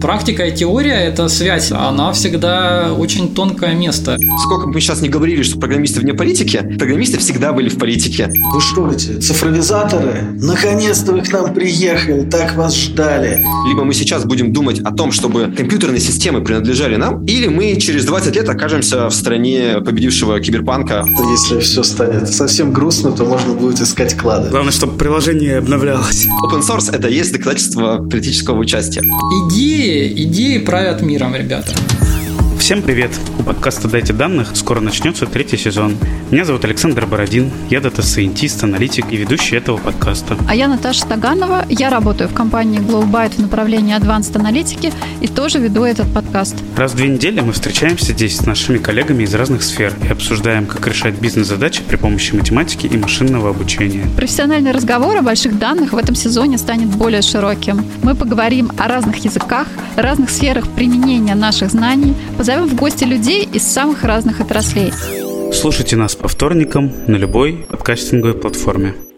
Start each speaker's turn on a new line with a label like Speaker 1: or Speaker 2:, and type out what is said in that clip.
Speaker 1: Практика и теория – это связь, она всегда очень тонкое место.
Speaker 2: Сколько бы мы сейчас не говорили, что программисты вне политики, программисты всегда были в политике.
Speaker 3: Вы что, эти цифровизаторы? Наконец-то вы к нам приехали, так вас ждали.
Speaker 2: Либо мы сейчас будем думать о том, чтобы компьютерные системы принадлежали нам, или мы через 20 лет окажемся в стране победившего киберпанка.
Speaker 3: Если все станет совсем грустно, то можно будет искать клады.
Speaker 4: Главное, чтобы приложение обновлялось.
Speaker 2: Open source – это и есть доказательство политического участия.
Speaker 1: Идеи, идеи правят миром, ребята.
Speaker 4: Всем привет! У подкаста «Дайте данных» скоро начнется третий сезон. Меня зовут Александр Бородин, я дата-сайентист, аналитик и ведущий этого подкаста.
Speaker 5: А я Наташа Таганова, я работаю в компании Glowbyte в направлении Advanced аналитики и тоже веду этот подкаст.
Speaker 4: Раз в две недели мы встречаемся здесь с нашими коллегами из разных сфер и обсуждаем, как решать бизнес-задачи при помощи математики и машинного обучения.
Speaker 5: Профессиональный разговор о больших данных в этом сезоне станет более широким. Мы поговорим о разных языках, разных сферах применения наших знаний, позовем в гости людей из самых разных отраслей.
Speaker 4: Слушайте нас по вторникам на любой подкастинговой платформе.